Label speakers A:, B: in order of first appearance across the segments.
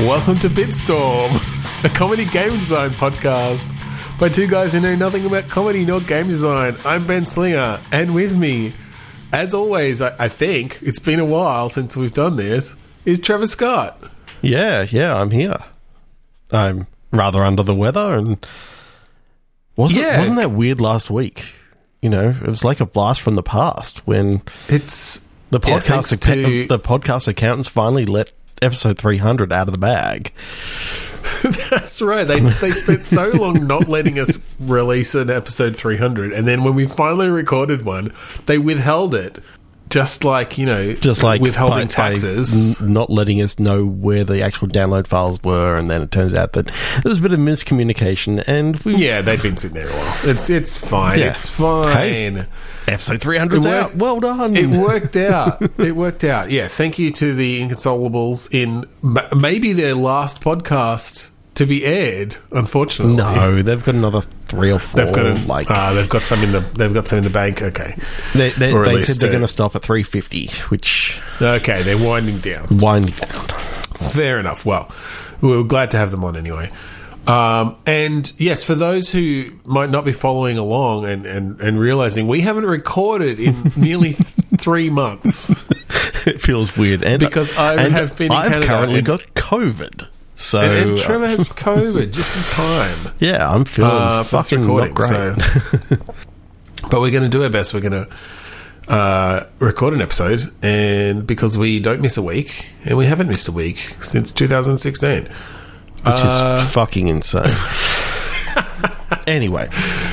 A: Welcome to Bitstorm, a comedy game design podcast by two guys who know nothing about comedy nor game design. I'm Ben Slinger, and with me, as always, I, I think it's been a while since we've done this, is Trevor Scott.
B: Yeah, yeah, I'm here. I'm rather under the weather, and wasn't
A: Yeah.
B: wasn't that weird last week? You know, it was like a blast from the past when
A: It's
B: the
A: Yeah,
B: podcast
A: thanks
B: acca-
A: to-
B: the podcast accountants finally let episode 300 out of the bag.
A: that's right. They they spent so long not letting us release an episode 300, and then when we finally recorded one, they withheld it, just like you know,
B: Just like
A: withholding
B: by- by
A: taxes.
B: n- not letting us know where the actual download files were, and then it turns out that there was a bit of miscommunication, and we
A: Yeah, they've been sitting there a while. It's it's fine.
B: Yeah.
A: It's fine.
B: episode 300
A: It
B: out.
A: worked.
B: Well done.
A: It worked out. it worked out. Yeah. Thank you to the Inconsolables in ma- maybe their last podcast to be aired. Unfortunately,
B: no, they've got another three or 4
A: They've got a,
B: like
A: ah, they've got some in the they've got some in the bank. Okay,
B: They, they,
A: Or at
B: they
A: least,
B: said they're
A: uh,
B: going to stop at 350, which
A: okay, they're winding down.
B: winding down.
A: Fair enough. Well, we were glad to have them on anyway. Um, and yes, for those who might not be following along and, and, and realizing we haven't recorded in nearly th- three months.
B: It feels weird, and
A: Because I
B: and
A: have been in
B: I've
A: Canada
B: currently
A: and-
B: got COVID, so
A: And, and
B: uh,
A: Trevor has COVID just in time
B: yeah, I'm feeling
A: uh, for this
B: fucking
A: recording.
B: not great.
A: so- but we're going to do our best. We're going to uh, record an episode, and because we don't miss a week, and we haven't missed a week since 2016.
B: which
A: uh,
B: is fucking insane. anyway,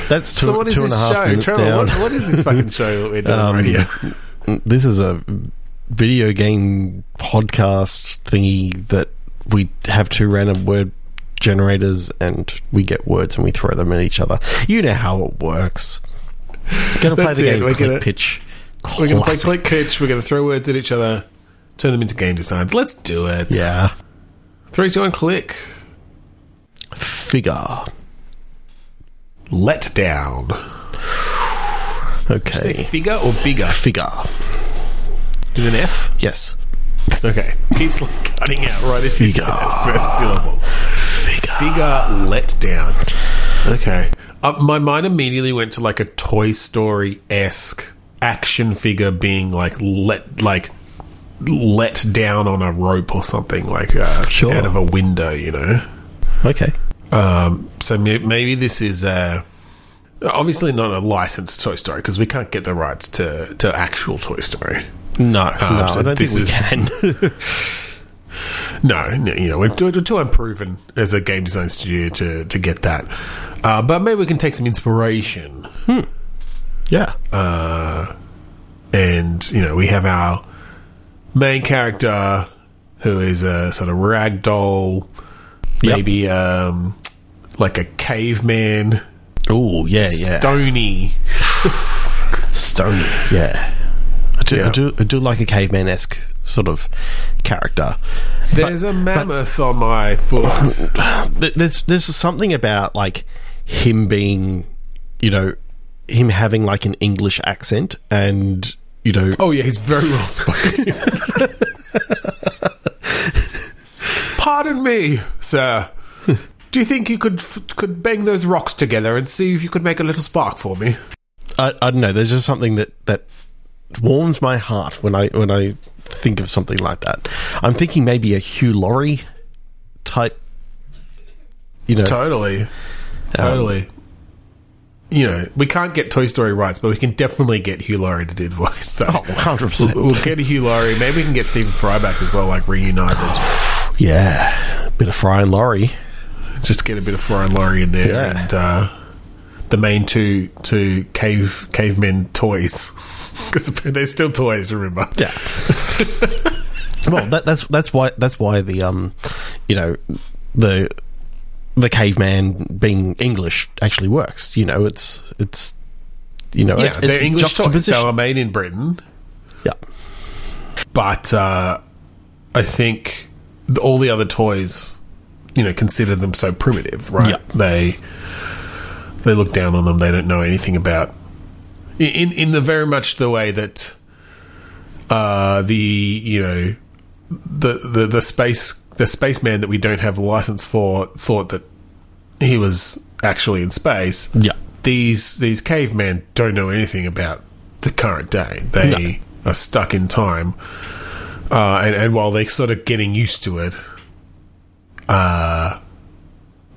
B: that's two,
A: so what is
B: two and a
A: this
B: half
A: show,
B: minutes
A: Trevor? What,
B: down.
A: what is this fucking show that we're doing
B: Um,
A: right here?
B: This is a video game podcast thingy that we have two random word generators, and we get words and we throw them at each other. You know how it works. Gonna play
A: That's
B: the
A: it,
B: game
A: we're
B: click
A: gonna-
B: pitch.
A: We're going to play
B: Classic.
A: click pitch. We're going to throw words at each other, turn them into game designs. Let's do it.
B: Yeah.
A: Three, two, one, click.
B: Figure.
A: Let down. Say
B: Okay.
A: figure or bigger?
B: Figure.
A: With an F?
B: Yes.
A: Okay. Keeps like cutting out right as you say that first syllable.
B: Figure.
A: Bigger let down. Okay. Uh, my mind immediately went to like a Toy Story esque action figure being like let like let down on a rope or something like uh,
B: Sure.
A: out of a window, you know.
B: Okay.
A: Um, so may- maybe this is uh, obviously not a licensed Toy Story because we can't get the rights to to actual Toy Story.
B: No, no,
A: so
B: I don't think
A: this
B: we
A: is-
B: can.
A: No, no, you know, we're too, we're too unproven as a game design studio to, to get that. Uh, but maybe we can take some inspiration.
B: yeah.
A: And, you know, we have our main character who is a sort of ragdoll,
B: Yep.
A: maybe um, like a caveman,
B: oh, yeah, yeah.
A: stony.
B: Stony. Yeah. I do,
A: Yeah.
B: I do, I do like a caveman esque sort of character.
A: There's a mammoth on my foot.
B: Th- There's, there's something about like him being, you know, him having like an English accent and, you know,
A: Oh, yeah, he's very well spoken. Pardon me, sir. Do you think you could could bang those rocks together and see if you could make a little spark for me?
B: I, I don't know. There's just something that that warms my heart when I when I think of something like that. I'm thinking maybe a Hugh Laurie type, you
A: Uh,
B: know,
A: Totally, totally. you know, we can't get Toy Story rights, but we can definitely get Hugh Laurie to do the voice. So
B: 100%.
A: we'll, we'll get Hugh Laurie. Maybe we can get Stephen Fry back as well, like reunited.
B: yeah, bit of Fry and Laurie.
A: Just get a bit of Fry and Laurie in there,
B: Yeah.
A: and uh, the main two two cave cavemen toys because they're still toys. Remember?
B: Yeah. well, that, that's that's why that's why the um, you know, the the caveman being English actually works. You know, it's it's you know,
A: Yeah,
B: it-
A: they're
B: it-
A: English toys. They
B: juxtaposition.
A: were made in Britain,
B: Yeah.
A: but uh, I think th- all the other toys, you know, consider them so primitive, right?
B: Yeah.
A: They they look down on them. They don't know anything about in in the very much the way that uh, the you know the the the space the spaceman that we don't have license for thought that he was actually in space.
B: Yeah.
A: These these cavemen don't know anything about the current day. They are stuck in time, uh, and and while they're sort of getting used to it, uh,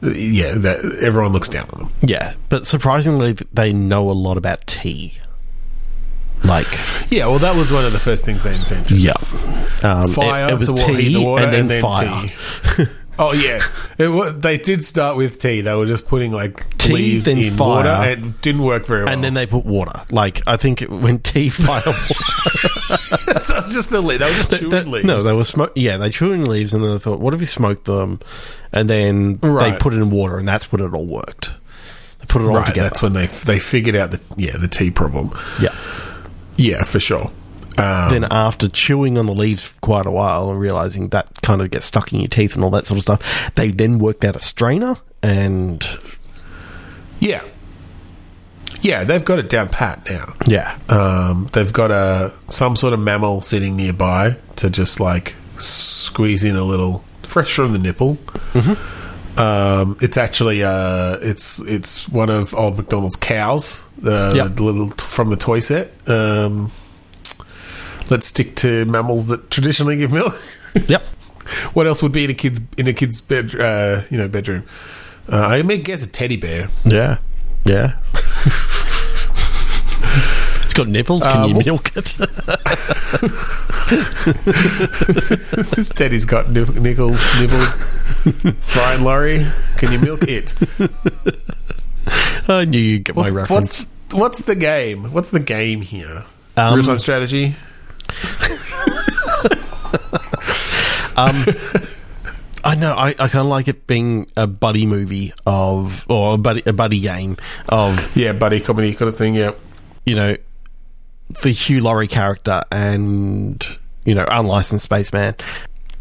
A: yeah, that everyone looks down on them.
B: Yeah. But surprisingly, th- they know a lot about tea. Like,
A: Yeah, well, that was one of the first things they invented.
B: yeah. Um, it-
A: fire,
B: it, was
A: the wa-
B: tea
A: heat, the water,
B: and then, fire.
A: tea. oh yeah, it, wa- they did start with tea. They were just putting like
B: Tea,
A: leaves
B: then
A: in
B: fire.
A: water. And it didn't work very well.
B: And then they put water. Like, I think it went tea, fire, water.
A: That's just the leaf. They were just
B: Th-
A: chewing
B: th-
A: leaves.
B: No, they were smoke. Yeah, they chewing leaves, and then they thought, "What if we smoked them?" And then
A: Right.
B: they put it in water, and that's when it all worked. They put it all
A: right.
B: together.
A: That's when they they figured out the yeah the tea problem.
B: yeah.
A: Yeah, for sure. Um,
B: then after chewing on the leaves for quite a while and realizing that kind of gets stuck in your teeth and all that sort of stuff, they then worked out a strainer and
A: yeah, yeah, they've got it down pat now.
B: yeah,
A: Um, they've got a some sort of mammal sitting nearby to just like squeeze in a little fresh from the nipple. Um, it's actually uh, it's it's one of old McDonald's cows, the,
B: Yep.
A: the little t- from the toy set. Um, let's stick to mammals that traditionally give milk.
B: yep,
A: what else would be in a kid's in a kid's bed? Uh, you know, bedroom. Uh, I may guess a teddy bear.
B: yeah, yeah. it's got nipples. Can
A: Uh,
B: you
A: wh-
B: milk it?
A: this teddy's got nib- nickel nibbles. Brian Laurie, can you milk it?
B: I knew you'd get my
A: What's-
B: reference.
A: What's, what's the game? What's the game here?
B: Um,
A: Real time strategy.
B: Um, I know. I, I kind of like it being a buddy movie of, or a buddy, a buddy game of,
A: Yeah, buddy comedy kind of thing. Yeah,
B: you know, the Hugh Laurie character and, you know, unlicensed spaceman.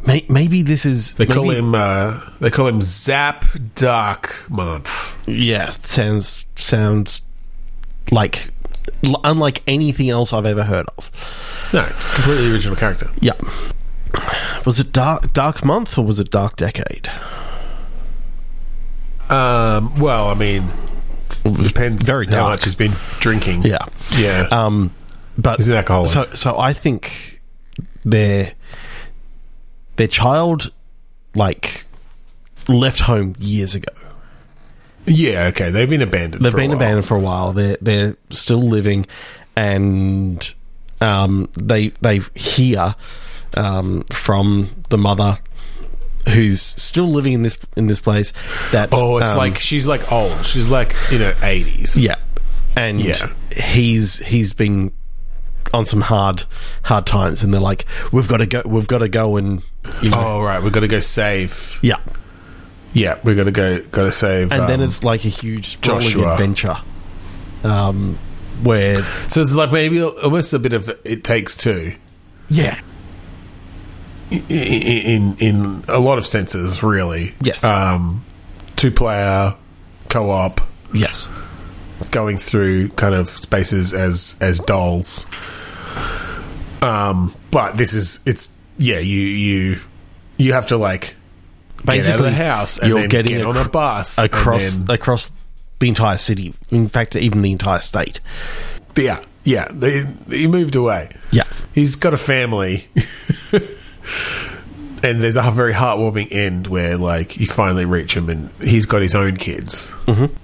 B: May, maybe this is
A: they call
B: maybe-
A: him. Uh, they call him Zap Dark Month.
B: Yeah, sounds sounds like l- unlike anything else I've ever heard of.
A: No, it's a completely original character.
B: Yeah. Was it dark dark month or was it dark decade?
A: Um, well, I mean, depends
B: very
A: how
B: dark.
A: much he's been drinking.
B: Yeah.
A: yeah.
B: Um, but
A: He's an alcoholic.
B: So, so I think their their child like left home years ago.
A: yeah. Okay, they've been abandoned.
B: They've
A: for a
B: been
A: while.
B: abandoned for a while. They're they're still living, and um, they they hear um, from the mother who's still living in this in this place. That
A: Oh, it's
B: um,
A: like she's like old. She's like you know eighties.
B: yeah, and
A: Yeah.
B: he's he's been on some hard hard times, and they're like, we've got to go, we've got to go and you know.
A: Oh right, we've got to go save.
B: Yeah,
A: Yeah, we've got to go. Got to save.
B: and then
A: um,
B: it's like a huge sprawling
A: Joshua.
B: adventure, um, where
A: so it's like maybe almost a bit of it takes two.
B: yeah,
A: I- I- in in a lot of senses, really.
B: Yes.
A: Um, two player co op
B: yes,
A: going through kind of spaces as as dolls. Um, but this is it's yeah you you you have to like get out of the house and
B: you're
A: then
B: getting
A: get
B: ac-
A: on a bus and
B: across
A: then-
B: across the entire city. In fact, even the entire state.
A: yeah yeah they, he moved away.
B: Yeah,
A: He's got a family. And there's a very heartwarming end where, like, you finally reach him and he's got his own kids. Mm-hmm.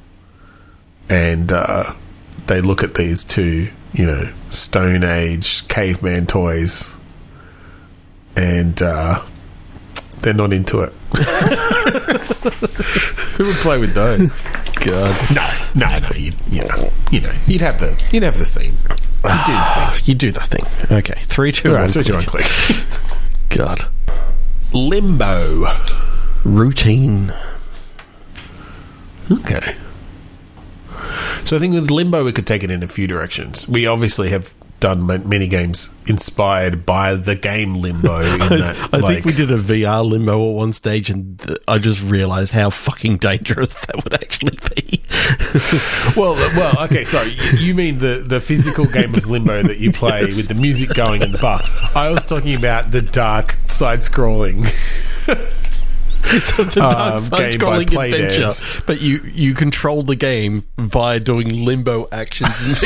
A: And uh, they look at these two, you know, Stone Age caveman toys. And uh, they're not into it. Who would play with those?
B: God,
A: No, no, no. You, you know, you know, you'd have the, you'd have the scene. You do.
B: you do that thing. Okay, three, two,
A: All
B: one.
A: right, three, two, one,
B: click.
A: click.
B: God,
A: Limbo.
B: routine.
A: Okay. So I think with Limbo, we could take it in a few directions. We obviously have done ma- many games inspired by the game Limbo. In that,
B: I
A: like,
B: think we did a VR limbo at one stage, and th- I just realized how fucking dangerous that would actually be.
A: well, well, okay. Sorry, you, you mean the the physical game of Limbo that you play with the music going in the bar? I was talking about the dark side scrolling.
B: so it's a dark
A: Um,
B: side
A: game by
B: scrolling
A: Playdead.
B: adventure, but you you control the game via doing limbo actions.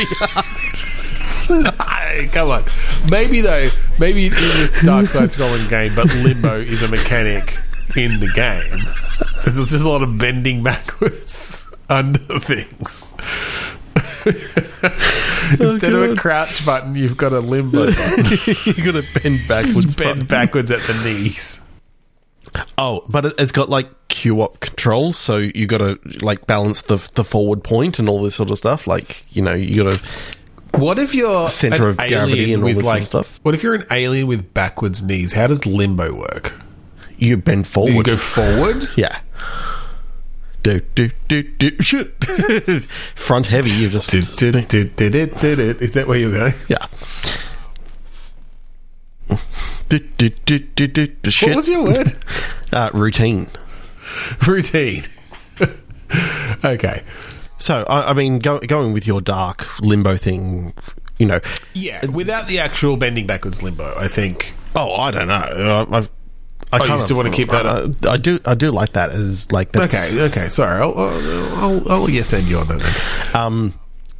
B: in the air.
A: Hey, come on. Maybe though, maybe in this Dark Side scrolling game, but limbo is a mechanic in the game. There's just a lot of bending backwards under things. Instead of a
B: God.
A: crouch button, you've got a limbo button.
B: you got to bend backwards.
A: Just bend backwards at the knees.
B: Oh, but it- it's got like Q-op controls, so you got to like balance the the forward point and all this sort of stuff. Like you know, you got to
A: What if you're
B: Center
A: an
B: of gravity
A: alien
B: and all
A: with,
B: this sort
A: like,
B: of stuff?
A: What if you're an alien with backwards knees? How does limbo work?
B: you bend
A: Do you
B: forward.
A: go forward?
B: yeah. Do do do do shit. Front heavy. You just
A: Did did did did it did it? Is that where you're going?
B: yeah. Do do do do do do shit.
A: What was your word?
B: uh, routine?
A: routine. okay.
B: So I, I mean, go, going with your dark limbo thing, you know.
A: Yeah, without the actual bending backwards limbo, I think.
B: Oh, I don't know. I, I've, I
A: Oh, you
B: kind
A: still
B: of-
A: wanna keep that up?
B: I, I do. I do like that as like that's,
A: Okay, okay, sorry. I'll, I'll, I'll, I'll yes and you on that then.
B: Um,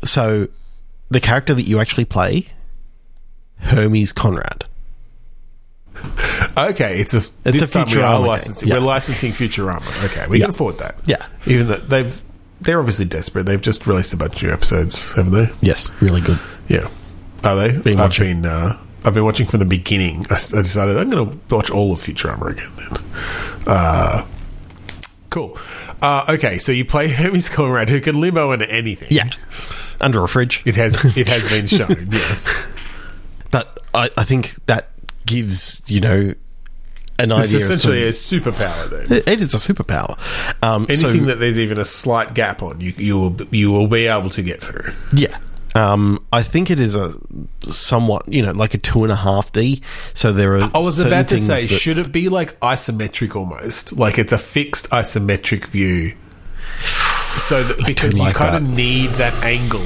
B: so the character that you actually play, Hermes Conrad.
A: Okay, it's a
B: It's
A: this
B: a
A: time we
B: Futurama
A: are
B: game,
A: licensing.
B: yeah.
A: We're licensing Futurama. Okay, we
B: Yeah.
A: can afford that.
B: Yeah.
A: even though they've they're obviously desperate. They've just released a bunch of new episodes, haven't they?
B: Yes, really good.
A: Yeah, are they?
B: Been
A: I've
B: watching.
A: been uh, I've been watching from the beginning. I, s- I decided I'm going to watch all of Futurama again. Then, uh, cool. Uh, okay, so you play Hermes Conrad, who can limbo into anything.
B: Yeah, under a fridge.
A: It has it has been shown. Yes,
B: But I, I think that gives you know an
A: it's
B: idea.
A: essentially a
B: of
A: superpower. Though
B: it, it is a superpower. Um, so-
A: anything that there's even a slight gap on, you you will you will be able to get through.
B: Yeah. Um, I think it is a somewhat, you know, like a two and a half D. So there are.
A: I was
B: certain
A: about to
B: things
A: say,
B: that-
A: should it be like isometric almost? Like it's a fixed isometric view. So that, because
B: like
A: you kind
B: that.
A: of need that angle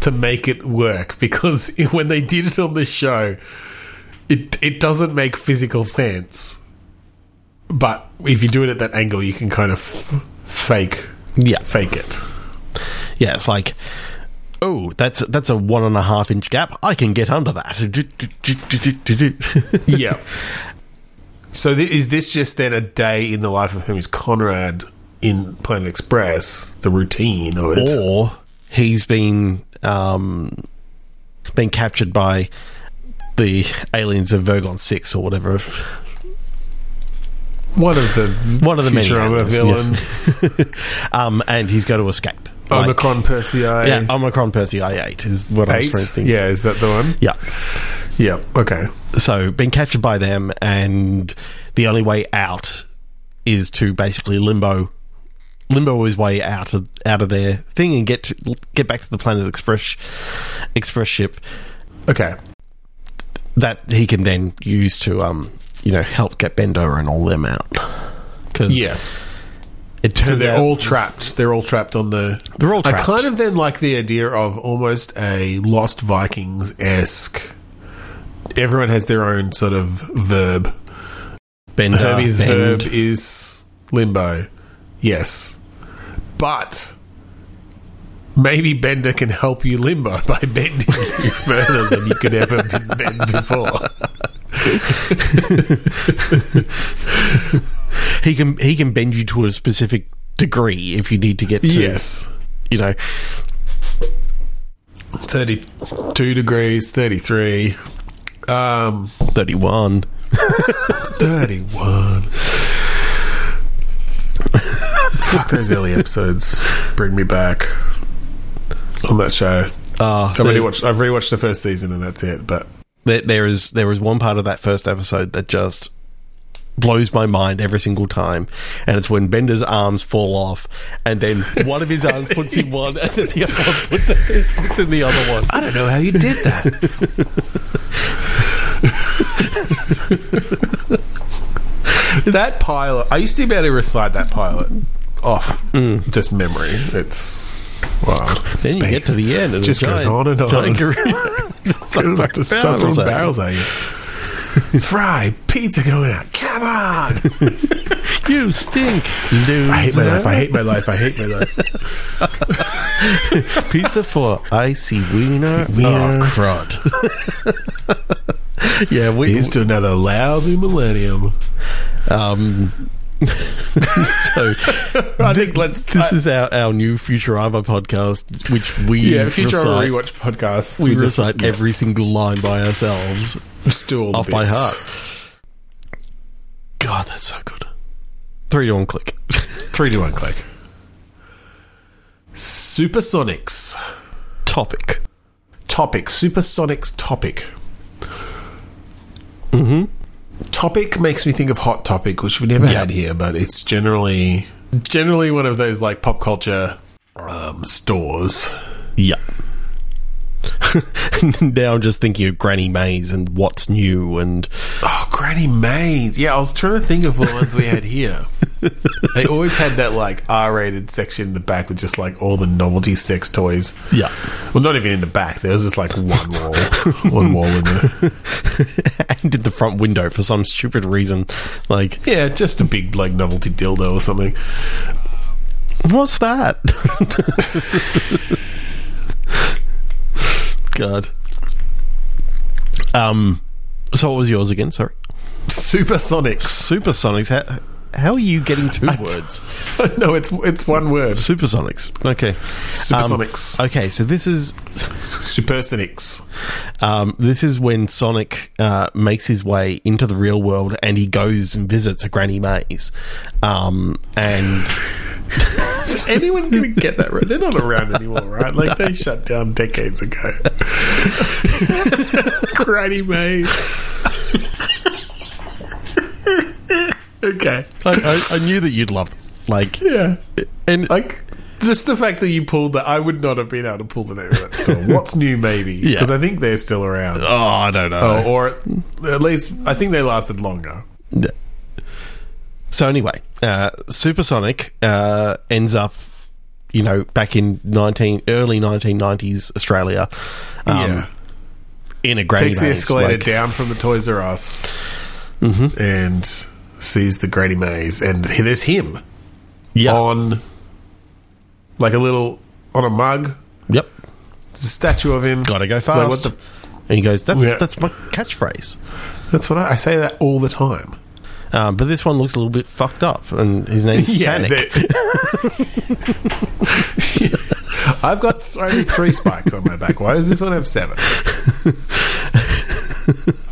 A: to make it work. Because when they did it on the show, it it doesn't make physical sense. But if you do it at that angle, you can kind of f- fake
B: yeah,
A: fake it.
B: yeah, it's like, oh, that's that's a one and a half inch gap. I can get under that.
A: yeah. So th- is this just then a day in the life of Hermes Conrad in Planet Express? The routine of it.
B: or he's been um, been captured by the aliens of Virgon Six or whatever.
A: One of the
B: One of the many
A: Futurama
B: animals, yeah.
A: villains,
B: Um, and he's got to escape. Like-
A: Omicron Persei.
B: Yeah, Omicron Percy I eight is what I was
A: Eight?
B: trying to think.
A: Yeah, is that the one?
B: yeah.
A: Yeah. Okay.
B: so being captured by them and the only way out is to basically limbo limbo his way out of out of their thing and get to, get back to the planet express express ship
A: Okay.
B: that he can then use to um you know help get Bender and all them out because
A: Yeah.
B: it turns
A: So they're
B: out
A: all trapped. They're all trapped on the.
B: They're all
A: I
B: trapped.
A: kind of then like the idea of almost a Lost Vikings esque. Everyone has their own sort of verb.
B: Bender
A: Hermes'
B: Bend.
A: verb is limbo. Yes. But maybe Bender can help you limbo by bending you further than you could ever be- bend before.
B: he can he can bend you to a specific degree if you need to get to
A: Yes.
B: you know
A: 32 degrees, 33, um,
B: 31
A: 31. Fuck those early episodes. Bring me back on that show.
B: uh,
A: I've already watched. I've rewatched the first season, and that's it. But
B: there, there is there is one part of that first episode that just blows my mind every single time, and it's when Bender's arms fall off, and then one of his arms puts in one, and then the other one puts in, puts in the other one.
A: I don't know how you did that. that pilot, I used to be able to recite that pilot off just memory. It's wow.
B: Then you get to the end, and
A: Just
B: a
A: goes on
B: giant-
A: and on.
B: giant gorilla-
A: It's like the
B: barrels
A: stuff on
B: at you.
A: barrels at you. Fry pizza going out. Come Come on!
B: You stink, loser.
A: I hate my life. I hate my life. I hate my life.
B: Pizza for icy wiener.
A: Wiener.
B: Oh, crud. yeah, we.
A: Here's to another lousy millennium.
B: Um, so
A: I think let's. uh,
B: this
A: I-
B: is our, our new Futurama podcast, which we
A: yeah, Futurama
B: recite,
A: rewatch podcast.
B: We
A: just
B: recite every single line by ourselves
A: just do all the
B: off by
A: bits.
B: heart. God, that's so good. Three to one click.
A: Three to one click. Supersonics
B: Topic.
A: topic. Supersonics topic. Mm-hmm. Topic makes me think of Hot Topic, which we never
B: Yeah.
A: had here, but it's generally generally one of those like pop culture um, stores.
B: Yeah. now I'm just thinking of Granny Mays and what's new and
A: Oh, Granny Mays. Yeah, I was trying to think of the ones we had here. they always had that like R-rated section in the back with just like all the novelty sex toys.
B: yeah.
A: Well, not even in the back. There was just like one wall, one wall in there.
B: and in the front window for some stupid reason. Like,
A: Yeah, just a big like novelty dildo or something.
B: what's that? God. Um so what was yours again? Sorry.
A: Supersonics.
B: Supersonics. How, how are you getting two words?
A: no, it's it's one word.
B: Supersonics. Okay. Um,
A: Supersonics.
B: okay, so this is
A: uh, Supersonics.
B: Um, this is when Sonic uh, makes his way into the real world and he goes and visits a Granny Maze. Um, and
A: Is anyone gonna get that right? They're not around anymore, right? Like they shut down decades ago. Granny Maze. okay.
B: I, I, I knew that you'd love it. Like,
A: Yeah.
B: and
A: Like just the fact that you pulled that, I would not have been able to pull the name of that store. What's new, maybe?
B: Yeah.
A: Because I think they're still around,
B: oh, I don't know.
A: Oh, or at least I think they lasted longer.
B: So anyway, uh, Supersonic uh, ends up, you know, back in nineteen early nineteen nineties Australia, um,
A: yeah,
B: in a Granny
A: takes the
B: Maze.
A: escalator
B: like-
A: down from the Toys R Us
B: Mm-hmm.
A: and sees the Granny Maze, and he- there's him
B: yeah.
A: on like a little on a mug.
B: Yep.
A: It's a statue of him.
B: Gotta go
A: It's like,
B: fast.
A: what the-
B: and he goes, "That's
A: Yeah.
B: that's my catchphrase."
A: that's what I, I say that all the time.
B: Um, but this one looks a little bit fucked up, and his name's Sonic.
A: that- I've got th- only three spikes on my back. Why does this one have seven?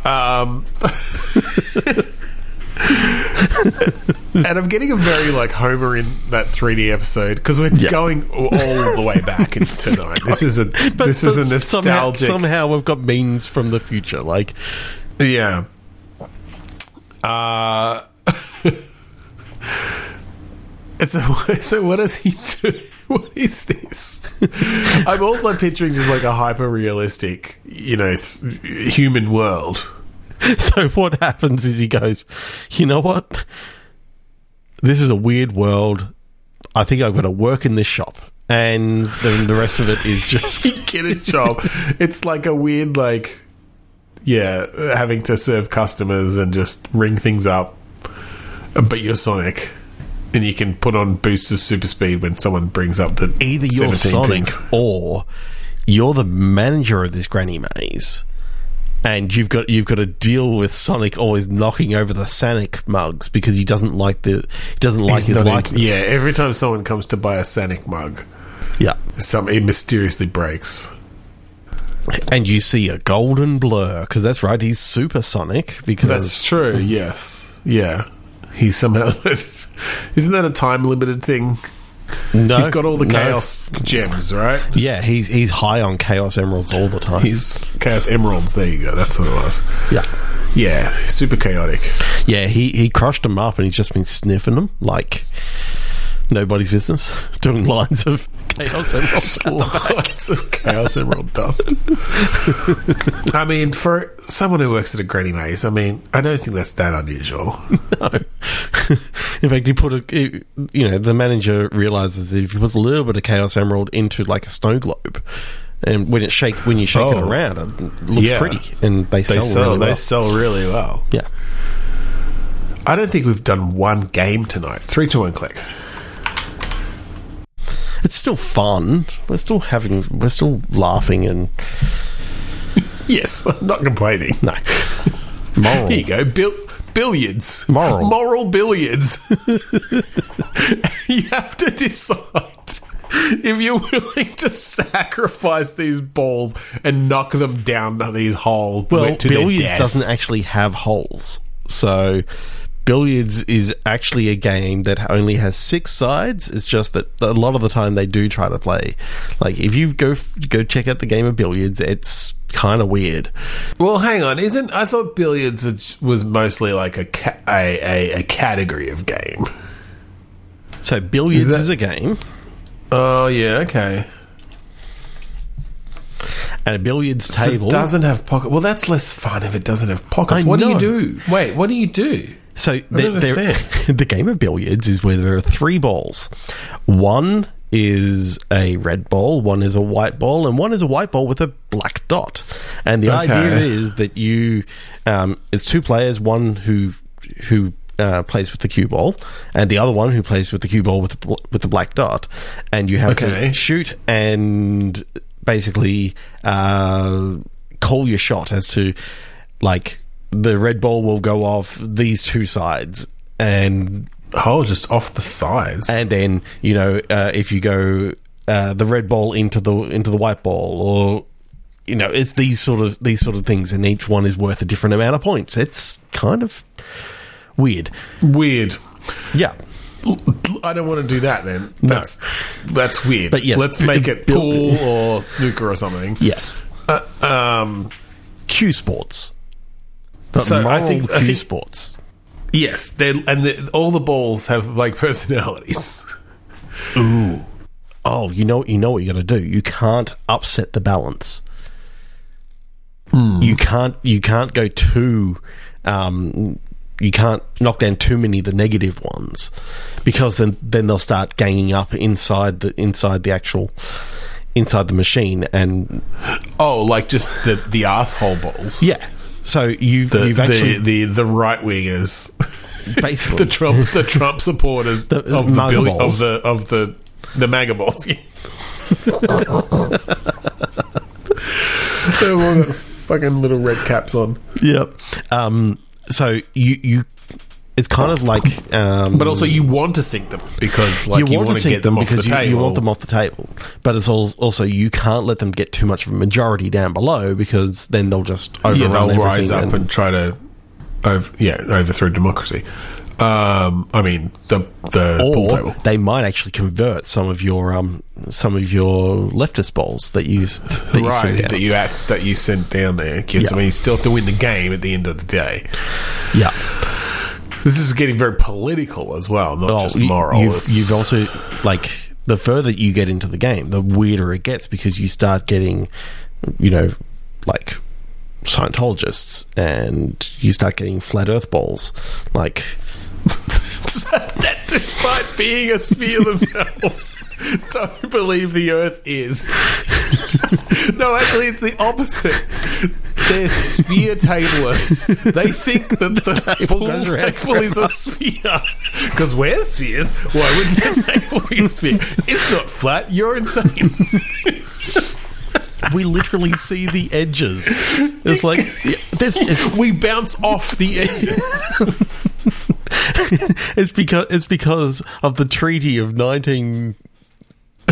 A: Um, and I'm getting a very like Homer in that 3D episode because we're
B: Yeah.
A: going all the way back in tonight. This is a this is a nostalgic
B: Somehow, somehow we've got means from the future. Like,
A: yeah. Uh, and so, so what does he do? What is this? I'm also picturing just like a hyper realistic, you know, th- human world.
B: so what happens is he goes, you know what? This is a weird world. I think I've got to work in this shop, and then the rest of it is just
A: Get a job. it's like a weird, like, yeah, having to serve customers and just ring things up. But you're Sonic, and you can put on boosts of super speed when someone brings up the
B: either you're
A: 17
B: Sonic
A: pins.
B: or you're the manager of this Granny Maze. And you've got you've got to deal with Sonic always knocking over the Sonic mugs because he doesn't like the he doesn't like
A: He's
B: his
A: not in-
B: likeness.
A: yeah, every time someone comes to buy a Sonic mug,
B: yeah.
A: some it mysteriously breaks.
B: and you see a golden blur because that's right he's supersonic because
A: That's true. Yes. Yeah. He somehow. Isn't that a time limited thing?
B: no,
A: He's got all the
B: no.
A: chaos gems, right?
B: yeah he's he's high on chaos emeralds all the time
A: He's chaos emeralds. There you go. That's what it was.
B: yeah
A: Yeah. Super chaotic.
B: yeah he he crushed them up and he's just been sniffing them like nobody's business doing lines of chaos emeralds
A: Just lots of chaos emerald dust. I mean, for someone who works at a granny maze, I mean, I don't think that's that unusual.
B: No. in fact, he put a, he- you know, the manager realizes that if he puts a little bit of Chaos Emerald into like a snow globe, and when it shake when you shake it
A: Oh.
B: around, it looks
A: Yeah.
B: pretty, and they,
A: They
B: sell,
A: sell.
B: really
A: they
B: well.
A: sell really well.
B: yeah,
A: I don't think we've done one game tonight. Three, two, one, click.
B: It's still fun. We're still having. We're still laughing and
A: Yes, I'm not complaining.
B: no. Moral.
A: Here you go. Bill- billiards.
B: Moral.
A: Moral billiards. you have to decide if you're willing to sacrifice these balls and knock them down to these holes to-
B: Well,
A: to their
B: billiards
A: death.
B: doesn't actually have holes. So, billiards is actually a game that only has six sides. It's just that a lot of the time they do try to play. Like if you go go check out the game of billiards, it's kind of weird.
A: Well, hang on. Isn't I thought billiards was, was mostly like a, ca- a, a a category of game.
B: So billiards
A: Is that-
B: is a game,
A: Oh yeah, okay.
B: and a billiards
A: So
B: table.
A: it doesn't have pocket. Well, that's less fun if it doesn't have pockets.
B: I
A: what
B: know.
A: do you do? Wait, what do you do?
B: So there,
A: don't
B: there, the game of billiards is where there are three balls. One is a red ball, one is a white ball, and one is a white ball with a black dot. And the
A: Okay.
B: idea is that you, um, it's two players, one who who uh, plays with the cue ball, and the other one who plays with the cue ball with the, bl- with the black dot, and you have
A: Okay.
B: to shoot and basically uh, call your shot as to like the red ball will go off these two sides and
A: Oh, just off the sides.
B: and then you know uh, if you go uh, the red ball into the into the white ball or you know it's these sort of these sort of things and each one is worth a different amount of points it's kind of weird
A: Weird.
B: yeah
A: I don't want to do that then. That's that's weird.
B: But yes,
A: let's
B: b-
A: make
B: the
A: it
B: bill-
A: pool or snooker or something.
B: yes
A: Uh, um,
B: q sports but
A: So I
B: moral
A: think-
B: q
A: I think-
B: sports
A: yes, they and the, all the balls have like personalities.
B: oh you know you know what you got to do you can't upset the balance
A: Hmm.
B: you can't you can't go too um you can't knock down too many of the negative ones because then then they'll start ganging up inside the inside the actual inside the machine and
A: Oh, like just the the asshole balls.
B: yeah so you
A: The,
B: you've actually
A: the, the, the right wingers,
B: basically
A: the Trump the Trump supporters
B: The- the
A: of the
B: MAGA
A: billi- of
B: balls.
A: the of the the MAGA balls. They've all got fucking little red caps on.
B: yep um so you you it's kind of like um
A: But also, you want to sink them because like you, want, to,
B: sink
A: get them, off
B: because
A: the
B: you,
A: table.
B: you want them off the table. But it's al- also you can't let them get too much of a majority down below because then they'll just overrun
A: yeah, they'll
B: everything.
A: rise up and, try to, over, yeah, overthrow democracy. Um, I mean the the pool
B: or
A: table.
B: they might actually convert some of your um some of your leftist balls that you s- that you
A: Right,
B: send out.
A: that you act that you sent down there. 'Cause, I
B: Yeah.
A: mean, you still have to win the game at the end of the day.
B: yeah.
A: This is getting very political as well, not
B: Well,
A: just
B: you-
A: moral.
B: You've,
A: It's-
B: you've also like the further you get into the game, the weirder it gets because you start getting, you know, like Scientologists and you start getting flat Earth balls, like.
A: that despite being a sphere themselves, don't believe the Earth is. no, actually, it's the opposite. They're sphere tablerists. They think that the,
B: table
A: pool
B: goes around
A: table is a sphere. Because we're spheres. Why wouldn't the table be a sphere? It's not flat. You're insane.
B: we literally see the edges. It's like this. It's,
A: We bounce off the edges.
B: it's because it's because of the treaty of nineteen,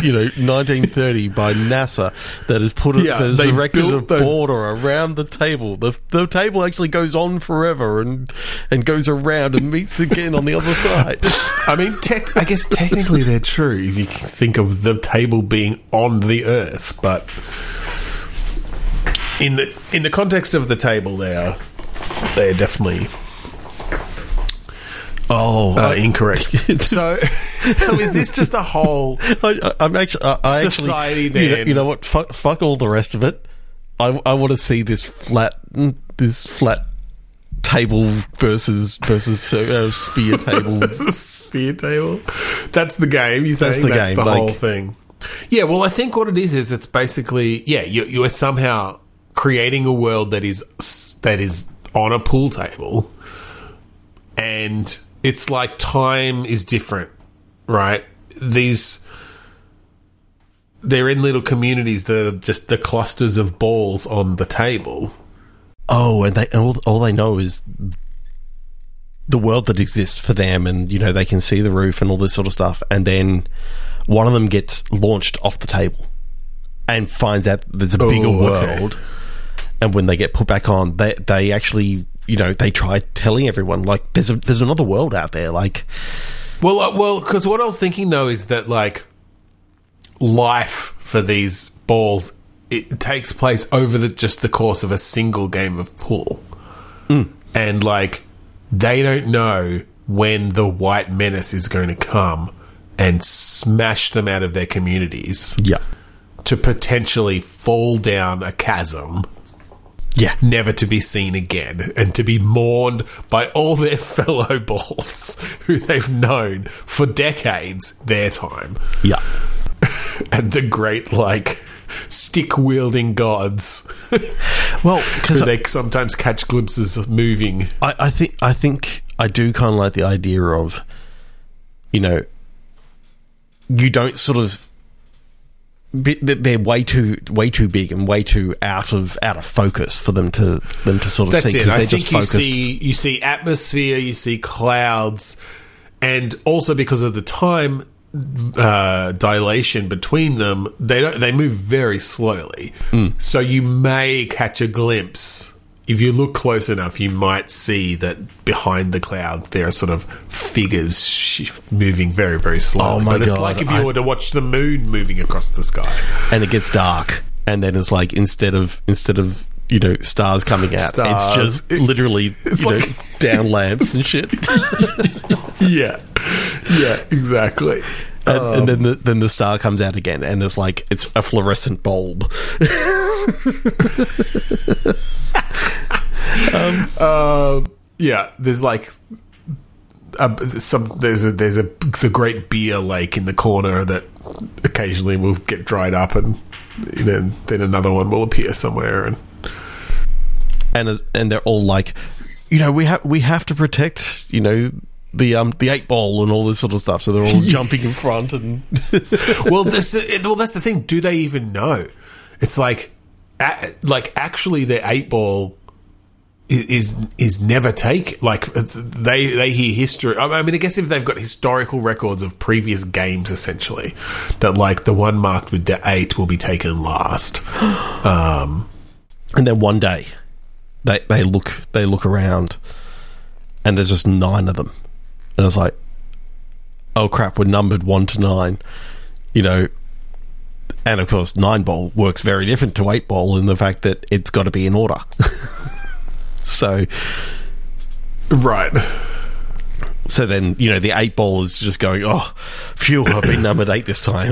B: you know, nineteen thirty by NASA that has put a,
A: Yeah,
B: that has
A: they
B: erected a
A: built the-
B: border around the table. The the table actually goes on forever and and goes around and meets again on the other side.
A: I mean, tech, I guess technically they're true if you think of the table being on the Earth, but in the in the context of the table, they are they are definitely
B: Oh,
A: uh, incorrect. so, so is this just a whole?
B: I, I, am actually, I, I actually,
A: Society
B: you know- You,
A: then.
B: know what? Fuck, fuck all the rest of it. I, I want to see this flat, this flat table versus versus uh, spear table.
A: It's a sphere table. That's the game. You say that's
B: the
A: the,
B: game, like-
A: whole thing. Yeah. Well, I think what it is is it's basically yeah you you are somehow creating a world that is that is on a pool table, and it's like time is different, right? These they're in little communities. The just the clusters of balls on the table.
B: Oh, and they all, all they know is the world that exists for them, and you know they can see the roof and all this sort of stuff. And then one of them gets launched off the table and finds out there's a bigger
A: Ooh, okay.
B: world. And when they get put back on, they they actually you know they try telling everyone like there's a, there's another world out there. Like
A: Well, uh, well, because what I was thinking though is that like life for these balls it takes place over the just the course of a single game of pool, and like they don't know when the white menace is going to come and smash them out of their communities
B: yeah,
A: to potentially fall down a chasm
B: yeah,
A: never to be seen again and to be mourned by all their fellow balls who they've known for decades their time
B: yeah.
A: and the great like stick wielding gods
B: Well,
A: who
B: because
A: they sometimes catch glimpses of moving
B: I, I think I think I do kind of like the idea of, you know, you don't sort of. bi- th- They're way too way too big and way too out of out of focus for them to them to sort of
A: that's
B: see
A: it
B: because
A: i
B: they're
A: think
B: just
A: you
B: focused.
A: see you see atmosphere you see clouds and also because of the time uh, dilation between them they don't they move very slowly
B: Hmm.
A: so you may catch a glimpse if you look close enough you might see that behind the cloud there are sort of figures shift, moving very very slowly
B: Oh my
A: but it's
B: God,
A: like if you
B: I-
A: were to watch the moon moving across the sky
B: and it gets dark, and then it's like instead of instead of you know stars coming out,
A: Stars.
B: it's just literally you know
A: like-
B: down lamps and shit.
A: yeah yeah exactly
B: And,
A: Oh.
B: and then the, then the star comes out again, and it's like it's a fluorescent bulb.
A: Uh, yeah, there's like a, some there's a there's a the great beer lake in the corner that occasionally will get dried up and you know, then another one will appear somewhere and
B: and and they're all like, you know, we have we have to protect, you know, the um the eight ball and all this sort of stuff. So they're all jumping in front and
A: well, this, it- well, that's the thing. Do they even know? It's like, a, like actually, the eight ball i- is is never take. Like uh, they they hear history. I I mean, I guess if they've got historical records of previous games, essentially, that like the one marked with the eight will be taken last. Um,
B: and then one day, they they look they look around, and there's just nine of them, and it's like, oh crap, we're numbered one to nine, you know. And of course, nine ball works very different to eight ball in the fact that it's got to be in order. so
A: Right.
B: So then, you know, the eight ball is just going, oh, phew, I've been numbered eight this time.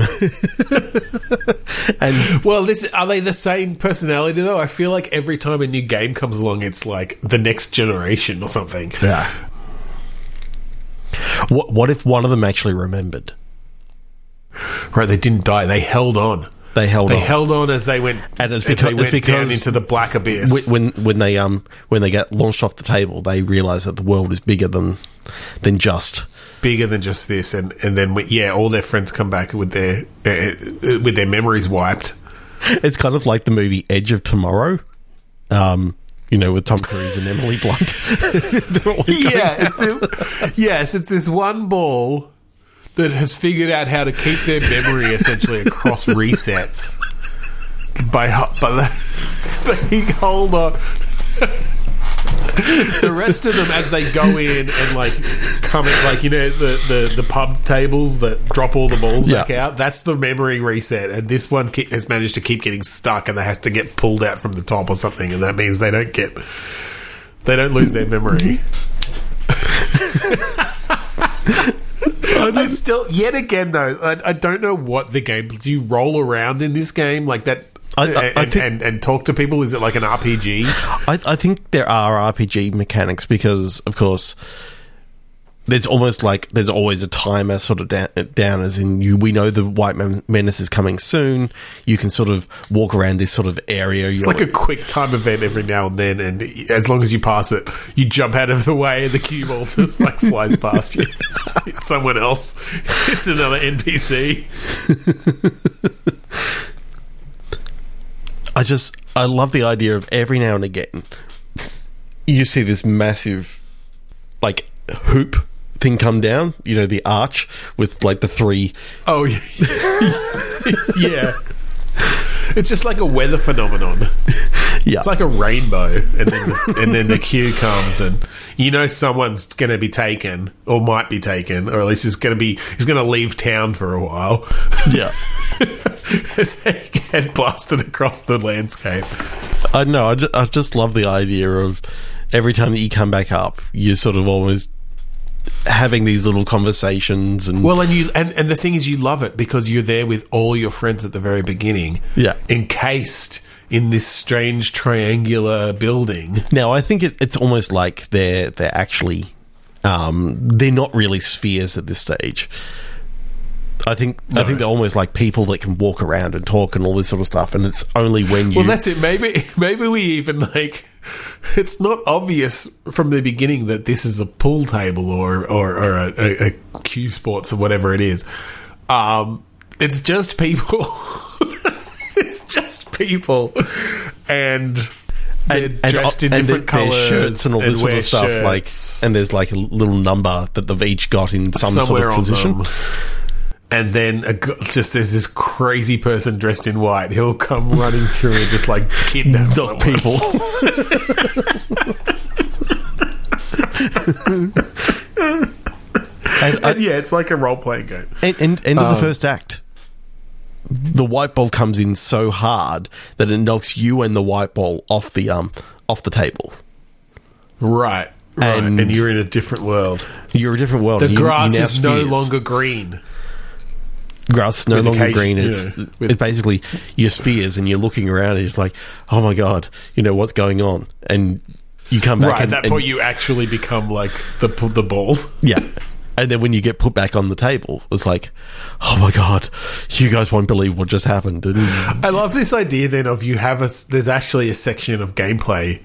B: and
A: Well, this are they the same personality though? I feel like every time a new game comes along, it's like the next generation or something.
B: yeah. What, what if one of them actually remembered?
A: Right? They didn't die. They held on.
B: They held
A: They
B: on.
A: held on as they went,
B: And
A: as
B: it's because-
A: they
B: it's
A: went down
B: because-
A: into the black abyss.
B: Wh- when when they um when they get launched off the table, they realize that the world is bigger than than just
A: bigger than just this, and and then we- yeah, all their friends come back with their uh, uh, with their memories wiped.
B: it's kind of like the movie Edge of Tomorrow, um, you know, with Tom Cruise and Emily Blunt. They're always going-
A: Yeah, it's the, yes, it's this one ball that has figured out how to keep their memory essentially across resets by ho- by the they hold on. the rest of them, as they go in and like come in, like you know the, the, the pub tables that drop all the balls back
B: Yeah.
A: out. That's the memory reset, and this one ki- has managed to keep getting stuck, and they have to get pulled out from the top or something, and that means they don't get they don't lose their memory. I still, yet again though, I, I don't know what the game. Do you roll around in this game like that,
B: I- I- I
A: and,
B: think-
A: and and talk to people? Is it like an RPG?
B: I, I think there are RPG mechanics because, of course, there's almost like there's always a timer sort of down, down as in you we know the white men- menace is coming soon you can sort of walk around this sort of area
A: It's like a quick time event every now and then, and as long as you pass it, you jump out of the way, and the cue ball just like flies past you. It's someone else. It's another NPC.
B: I just I love the idea of every now and again you see this massive like hoop thing come down, you know, the arch with like the three
A: Oh, yeah. yeah. It's just like a weather phenomenon.
B: yeah.
A: It's like a rainbow, and then and then the cue comes, and you know someone's going to be taken, or might be taken, or at least is going to be is going to leave town for a while.
B: yeah.
A: as they get blasted across the landscape.
B: I know, I just, I just love the idea of every time that you come back up, you're sort of almost having these little conversations and
A: Well, and you and, and the thing is, you love it because you're there with all your friends at the very beginning,
B: yeah.
A: encased in this strange triangular building.
B: Now, I think it, it's almost like they're they're actually um, they're not really spheres at this stage. I think I think they're almost like people that can walk around and talk and all this sort of stuff. And it's only when you
A: Well, that's it. Maybe maybe we even like it's not obvious from the beginning that this is a pool table or or, or a, a, a Q Sports or whatever it is. Um, it's just people. it's just people, and. They're
B: and-
A: dressed in
B: and
A: different
B: their- their
A: colors
B: shirts and all this sort
A: wear
B: of stuff.
A: shirts
B: Like, and there's like a little number that they've each got in some sort of
A: on
B: position.
A: them. And then a, g- just there's this crazy person dressed in white. He'll come running through and just like kidnap someone.
B: People, and,
A: And yeah, it's like a role playing game.
B: And, and end
A: Oh.
B: of the first act. The white ball comes in so hard that it knocks you and the white ball off the um off the table.
A: Right. Right.
B: And-
A: And, you're in a different world.
B: You're a different world.
A: The
B: You- you
A: grass
B: now
A: is no
B: spheres.
A: longer green.
B: grass, is no
A: with
B: longer
A: occasion-
B: green. It's
A: yeah, with-
B: it's basically your spheres, and you're looking around. and it's like, oh my god, you know what's going on, and you come back.
A: Right. At
B: and,
A: that
B: and-
A: point, you actually become like the p- the balls.
B: yeah. And then when you get put back on the table, it's like, oh my god, you guys won't believe what just happened. And
A: I love this idea then of you have a s- there's actually a section of gameplay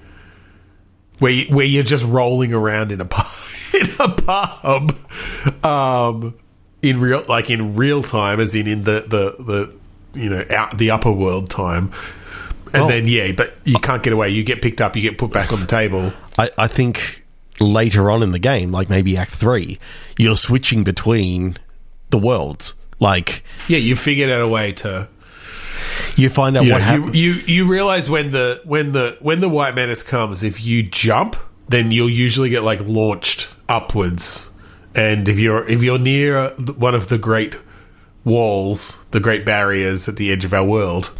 A: where you, where you're just rolling around in a pub, in a pub um, in real like in real time as in in the the, the you know out the upper world time and
B: Oh.
A: then yeah but you can't get away you get picked up you get put back on the table
B: I, I think later on in the game, like maybe Act Three, you're switching between the worlds. Like
A: yeah you figured out a way to
B: you find out
A: you,
B: what
A: know,
B: happened.
A: you, you you realize when the when the when the white menace comes, if you jump, then you'll usually get like launched upwards, and if you're if you're near uh, th- one of the great walls, the great barriers at the edge of our world,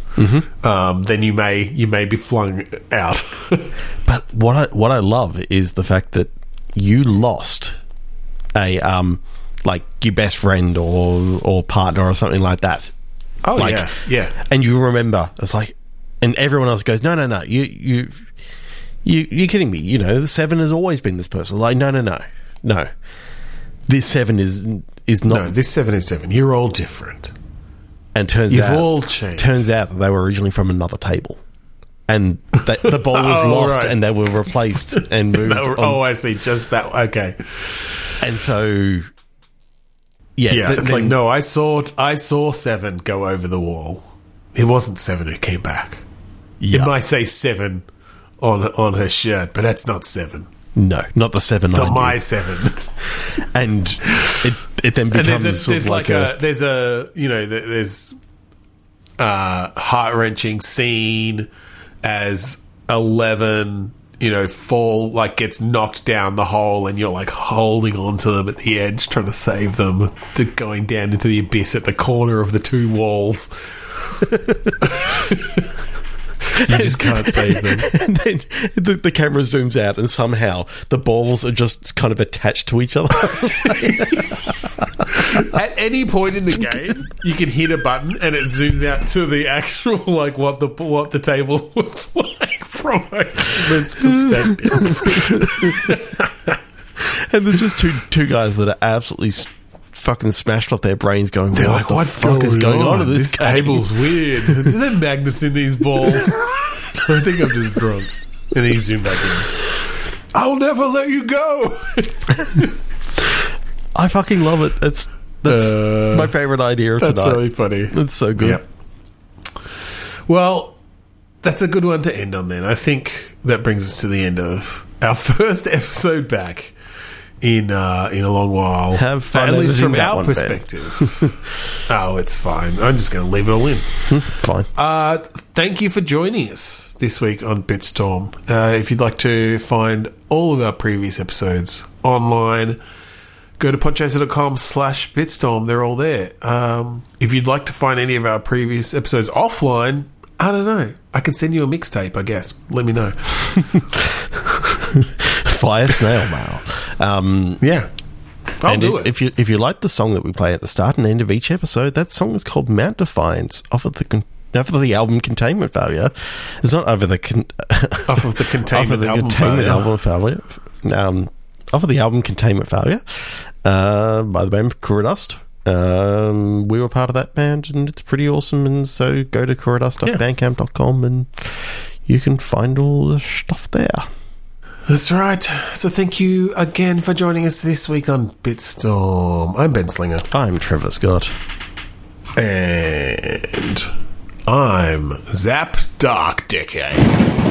A: um, then you may you may be flung out. Oh,
B: But what I what I love is the fact that you lost a um like your best friend or or partner or something like that.
A: oh
B: Like-
A: yeah, yeah.
B: And you remember it's like and everyone else goes, No no no, you you you you're kidding me, you know, the seven has always been this person. Like, no no no. No. This seven is is not
A: No, this seven is seven. You're all different.
B: and turns
A: You've
B: out
A: all changed.
B: turns out that they were originally from another table. And that the ball was
A: Oh,
B: lost
A: right.
B: and they were replaced and moved
A: No,
B: on
A: oh, I see. Just that. Okay.
B: and so yeah,
A: Yeah,
B: th-
A: it's
B: then-
A: like no, I saw I saw Seven go over the wall. It wasn't Seven who came back.
B: yeah.
A: It might say Seven on on her shirt, but that's not Seven.
B: no, not the seven
A: Not
B: line,
A: my Seven.
B: and it, it then
A: And
B: becomes
A: there's a,
B: sort
A: there's
B: of
A: like
B: like,
A: a, there's a you know th- there's uh heart wrenching scene as Eleven you know fall like gets knocked down the hole and you're like holding on to them at the edge trying to save them to going down into the abyss at the corner of the two walls you just can't save them
B: a, and then the, the camera zooms out, and somehow the balls are just kind of attached to each other.
A: At any point in the game, you can hit a button and it zooms out to the actual like what the what the table looks like from a human's perspective.
B: and there's just two two guys that are absolutely s- fucking smashed off their brains, going,
A: They're
B: "What
A: like,
B: the
A: what
B: fuck is going on in this,
A: This
B: game?"
A: table's weird. Is there magnets in these balls? I think I'm just drunk. And he zoomed back in. I'll never let you go.
B: I fucking love it. It's that's
A: Uh,
B: my favorite idea of
A: That's
B: tonight.
A: really funny.
B: it's so good.
A: Yep. Well, that's a good one to end on then. I think that brings us to the end of our first episode back in uh, in a long while.
B: Have fun
A: at least
B: editing
A: from
B: that
A: our
B: one, Ben.
A: perspective. oh, it's fine. I'm just going to leave it all in.
B: Fine.
A: Uh, thank you for joining us this week on Bitstorm. Uh, if you'd like to find all of our previous episodes online, go to podchaser.com slash bitstorm. They're all there. Um, if you'd like to find any of our previous episodes offline, I don't know. I can send you a mixtape, I guess. Let me know.
B: Fire snail mail. Um,
A: Yeah. I'll
B: and
A: do
B: if,
A: it.
B: if you if you like the song that we play at the start and end of each episode, that song is called Mount Defiance off of the con- off of the album Containment Failure. It's not over the con-
A: off of the
B: off
A: containment
B: of the
A: album.
B: Containment
A: failure.
B: album failure. Um, off of the album Containment Failure uh, by the band Kuradust. Um, we were part of that band, and it's pretty awesome. And so go to kuradust.bandcamp.com and you can find all the stuff there.
A: That's right. So thank you again for joining us this week on Bitstorm. I'm Ben Slinger.
B: I'm Trevor Scott.
A: And I'm Zap Doc Dickhead.